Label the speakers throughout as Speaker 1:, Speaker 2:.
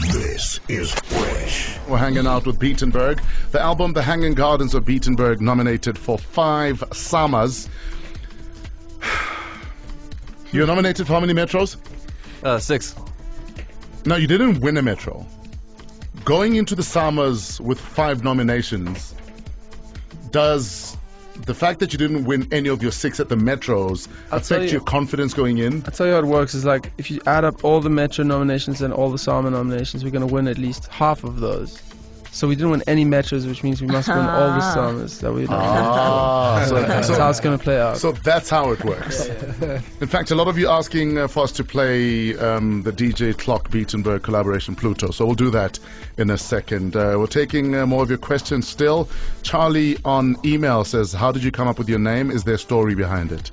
Speaker 1: This is fresh.
Speaker 2: We're hanging out with Beatenberg. The album The Hanging Gardens of Beatenberg nominated for five Summers. You were nominated for how many Metros?
Speaker 3: Uh, six.
Speaker 2: No, you didn't win a Metro. Going into the Summers with five nominations, does the fact that you didn't win any of your six at the Metros
Speaker 4: I'll tell
Speaker 2: affect
Speaker 4: you-
Speaker 2: your confidence going in?
Speaker 4: I tell you how it works is like if you add up all the Metro nominations and all the Sama nominations, we're gonna win at least half of those. So we didn't win any Metros, which means we must win all the
Speaker 5: Ah.
Speaker 4: Samas that we.
Speaker 2: Ah,
Speaker 4: So that's
Speaker 2: so-
Speaker 4: how it's gonna play out.
Speaker 2: So that's how it works. In fact, a lot of you asking uh, for us to play um, the DJ Clock Beatenberg collaboration Pluto. So we'll do that in a second. Uh, we're taking uh, more of your questions still. Charlie on email says, "How did you come up with your name? Is there a story behind it?"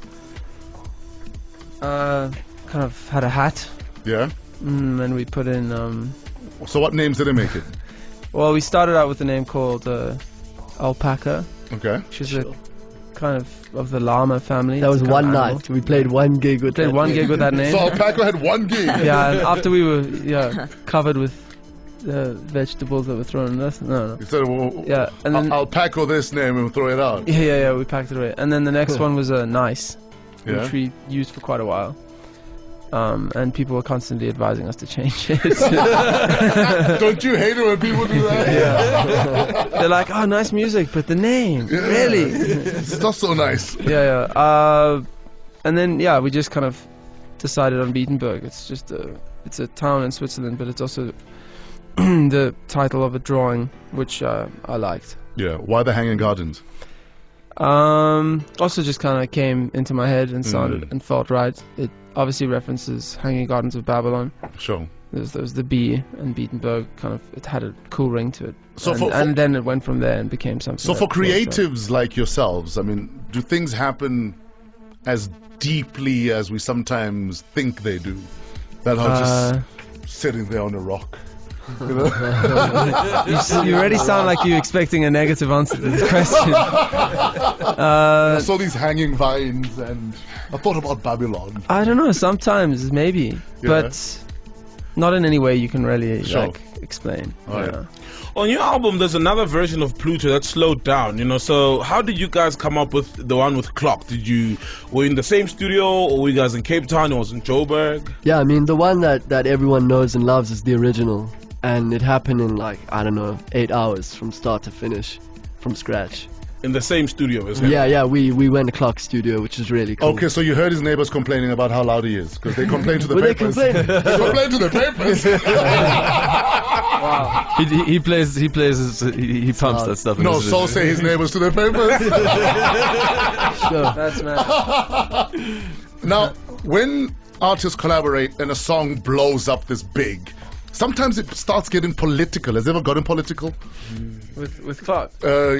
Speaker 4: uh, kind of had a hat,
Speaker 2: Yeah.
Speaker 4: mm, and we put in. Um,
Speaker 2: So what names did it make it?
Speaker 4: well, we started out with a name called uh, Alpaca,
Speaker 2: Okay.
Speaker 4: which is a kind of of the llama family.
Speaker 5: That
Speaker 4: It's
Speaker 5: was
Speaker 4: a kind of
Speaker 5: one
Speaker 4: animal.
Speaker 5: night. We played one gig with
Speaker 4: Did
Speaker 5: that
Speaker 4: one
Speaker 5: name.
Speaker 4: gig with that name.
Speaker 2: So Alpaca had one gig.
Speaker 4: yeah, and after we were yeah covered with uh, vegetables that were thrown at us. No, no.
Speaker 2: You said, well,
Speaker 4: Yeah, and then
Speaker 2: I'll, I'll pack all this name and throw it out.
Speaker 4: yeah, yeah, yeah, we packed it away. And then the next one was uh, nice,
Speaker 2: Yeah.
Speaker 4: which we used for quite a while. Um, and people were constantly advising us to change it.
Speaker 2: Don't you hate it when people do that?
Speaker 4: They're like, "Oh, nice music, but the name, really?" yeah,
Speaker 2: It's not so nice.
Speaker 4: yeah. Uh, and then yeah, we just kind of decided on Beatenberg. It's just a, it's a town in Switzerland, but it's also the title of a drawing, which uh, I liked.
Speaker 2: Yeah. Why the Hanging Gardens?
Speaker 4: Um, also just kind of came into my head and sounded
Speaker 2: Mm.
Speaker 4: and felt right. It obviously references Hanging Gardens of Babylon.
Speaker 2: Sure.
Speaker 4: There's, there's the B and Beatenberg kind of it had a cool ring to it.
Speaker 2: So
Speaker 4: and,
Speaker 2: for- for-
Speaker 4: and then it went from there and became something.
Speaker 2: So
Speaker 4: that
Speaker 2: for
Speaker 4: was, uh,
Speaker 2: creatives like yourselves, I mean, do things happen as deeply as we sometimes think they do? That are
Speaker 4: Uh,
Speaker 2: just sitting there on a rock.
Speaker 4: you, s- you already sound like you're expecting a negative answer to this question. uh,
Speaker 2: I saw these hanging vines and I thought about Babylon.
Speaker 4: I don't know. Sometimes maybe, but not in any way you can really
Speaker 2: Sure.
Speaker 4: like explain.
Speaker 2: All right.
Speaker 4: Yeah.
Speaker 6: On your album, there's another version of Pluto that's slowed down, you know. So, how did you guys come up with the one with Clock? Did you were you in the same studio, or were you guys in Cape Town, or was it in Joburg?
Speaker 5: Yeah, I mean, the one that, that everyone knows and loves is the original. And it happened in like, I don't know, eight hours from start to finish, from scratch.
Speaker 6: In the same studio, is it?
Speaker 5: Yeah, yeah, we, we went to Clock Studio, which is really cool.
Speaker 2: Okay, so you heard his neighbors complaining about how loud he is because they complain to the
Speaker 5: Well, they
Speaker 2: papers.
Speaker 5: complain.
Speaker 2: they complain to the papers.
Speaker 3: He, he, he plays. He plays. His, he, he pumps that stuff. in
Speaker 2: no,
Speaker 3: his-
Speaker 2: so say his neighbors to the papers.
Speaker 4: That's mad.
Speaker 2: Now, when artists collaborate and a song blows up this big, sometimes it starts getting political. Has it ever gotten political?
Speaker 4: with with Clark.
Speaker 2: Uh, yeah.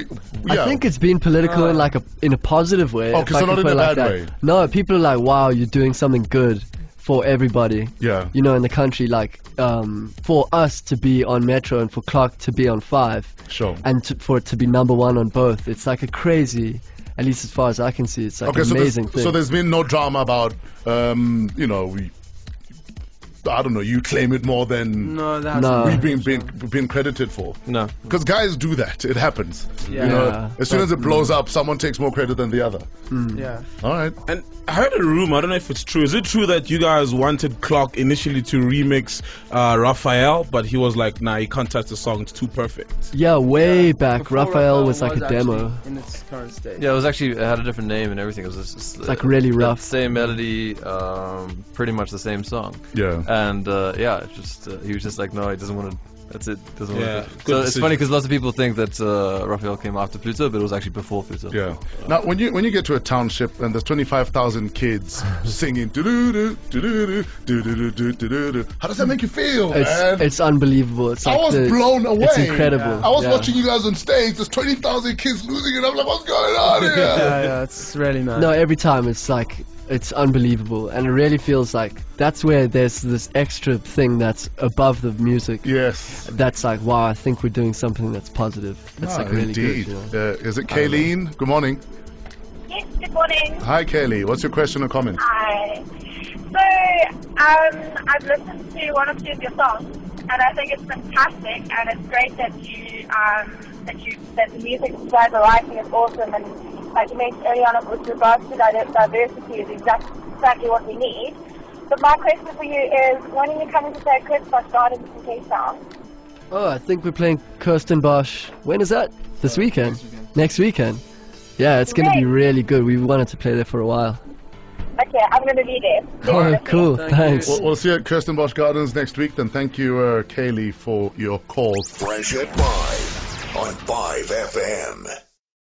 Speaker 2: Uh.
Speaker 5: I think it's been political in like a in a positive way.
Speaker 2: Okay,
Speaker 5: if
Speaker 2: so
Speaker 5: I can
Speaker 2: not in
Speaker 5: put it
Speaker 2: a bad
Speaker 5: like that.
Speaker 2: way.
Speaker 5: No, people are like, wow, you're doing something good for everybody.
Speaker 2: yeah.
Speaker 5: You know, in the country, like um, for us to be on Metro and for Clark to be on Five,
Speaker 2: Sure.
Speaker 5: and to, for it to be number one on both, it's like a crazy. At least as far as I can see, it's like
Speaker 2: Okay, so there's,
Speaker 5: amazing thing.
Speaker 2: so there's been no drama about, um, you know, we, I don't know, you claim it more than
Speaker 4: No, that's
Speaker 5: No.
Speaker 2: we've been, been, been credited for.
Speaker 3: No.
Speaker 2: Because guys do that. It happens.
Speaker 4: Yeah.
Speaker 2: You know,
Speaker 5: Yeah.
Speaker 2: as soon as it blows up, someone takes more credit than the other.
Speaker 4: yeah.
Speaker 2: All right.
Speaker 6: And I heard a rumor. I don't know if it's true. Is it true that you guys wanted Clock initially to remix uh, Raphael, but he was like, "Nah, you can't touch the song. It's too perfect."
Speaker 5: yeah, way back, Raphael was like a demo.
Speaker 4: in its current state.
Speaker 3: Yeah, it was actually it had a different name and everything. It was just, just,
Speaker 5: It's like really rough.
Speaker 3: Same melody, um, pretty much the same song.
Speaker 2: Yeah.
Speaker 3: And uh, yeah, it just uh, he was just like, no, he doesn't want to. That's it. Doesn't
Speaker 6: Yeah,
Speaker 3: want to.
Speaker 6: good
Speaker 3: So it's
Speaker 6: decision.
Speaker 3: funny because lots of people think that uh, Raphael came after Pluto, but it was actually before Pluto.
Speaker 2: Yeah. Now, when you when you get to a township and there's 25,000 kids singing, doo-doo-doo, doo-doo-doo, doo-doo-doo, doo-doo-doo, how does that make you feel,
Speaker 5: It's,
Speaker 2: man?
Speaker 5: it's unbelievable. It's
Speaker 2: I
Speaker 5: like
Speaker 2: was
Speaker 5: the-
Speaker 2: blown away.
Speaker 5: It's incredible.
Speaker 2: I was
Speaker 5: Yeah.
Speaker 2: watching you guys on stage. There's 20,000 kids losing it. I'm like, what's going on here?
Speaker 4: yeah, yeah, it's really nice.
Speaker 5: No, every time it's like it's unbelievable, and it really feels like that's where there's this extra thing that's above the music.
Speaker 2: Yes.
Speaker 5: That's like wow, I think we're doing something that's positive. That's
Speaker 2: Ah,
Speaker 5: like really
Speaker 2: indeed.
Speaker 5: good. you know.
Speaker 2: Uh, is it Kayleen? Good morning.
Speaker 7: Yes, good morning.
Speaker 2: Hi, Kaylee. What's your question or comment?
Speaker 7: Hi. So, um, I've listened to one or two of your songs, and I think it's fantastic, and it's great that you um, that you that the music you guys are writing is awesome, and like you mentioned earlier on with regards to di- diversity is exactly exactly what we need. But my question for you is, when are you coming to say Christmas Gardens in Cape Town?
Speaker 5: Oh, I think we're playing Kirsten Bosch. When is that? This weekend? Next weekend. Yeah, it's gonna be
Speaker 7: Great.
Speaker 5: really good. We wanted to play there for a while.
Speaker 7: Okay, I'm going to be there.
Speaker 5: Oh, cool.
Speaker 4: Thank
Speaker 5: Thanks.
Speaker 4: you.
Speaker 2: We'll, we'll see you at Kirsten Bosch Gardens next week. Then thank you, uh, Kaylee, for your call.
Speaker 1: Fresh at 5 on 5 FM.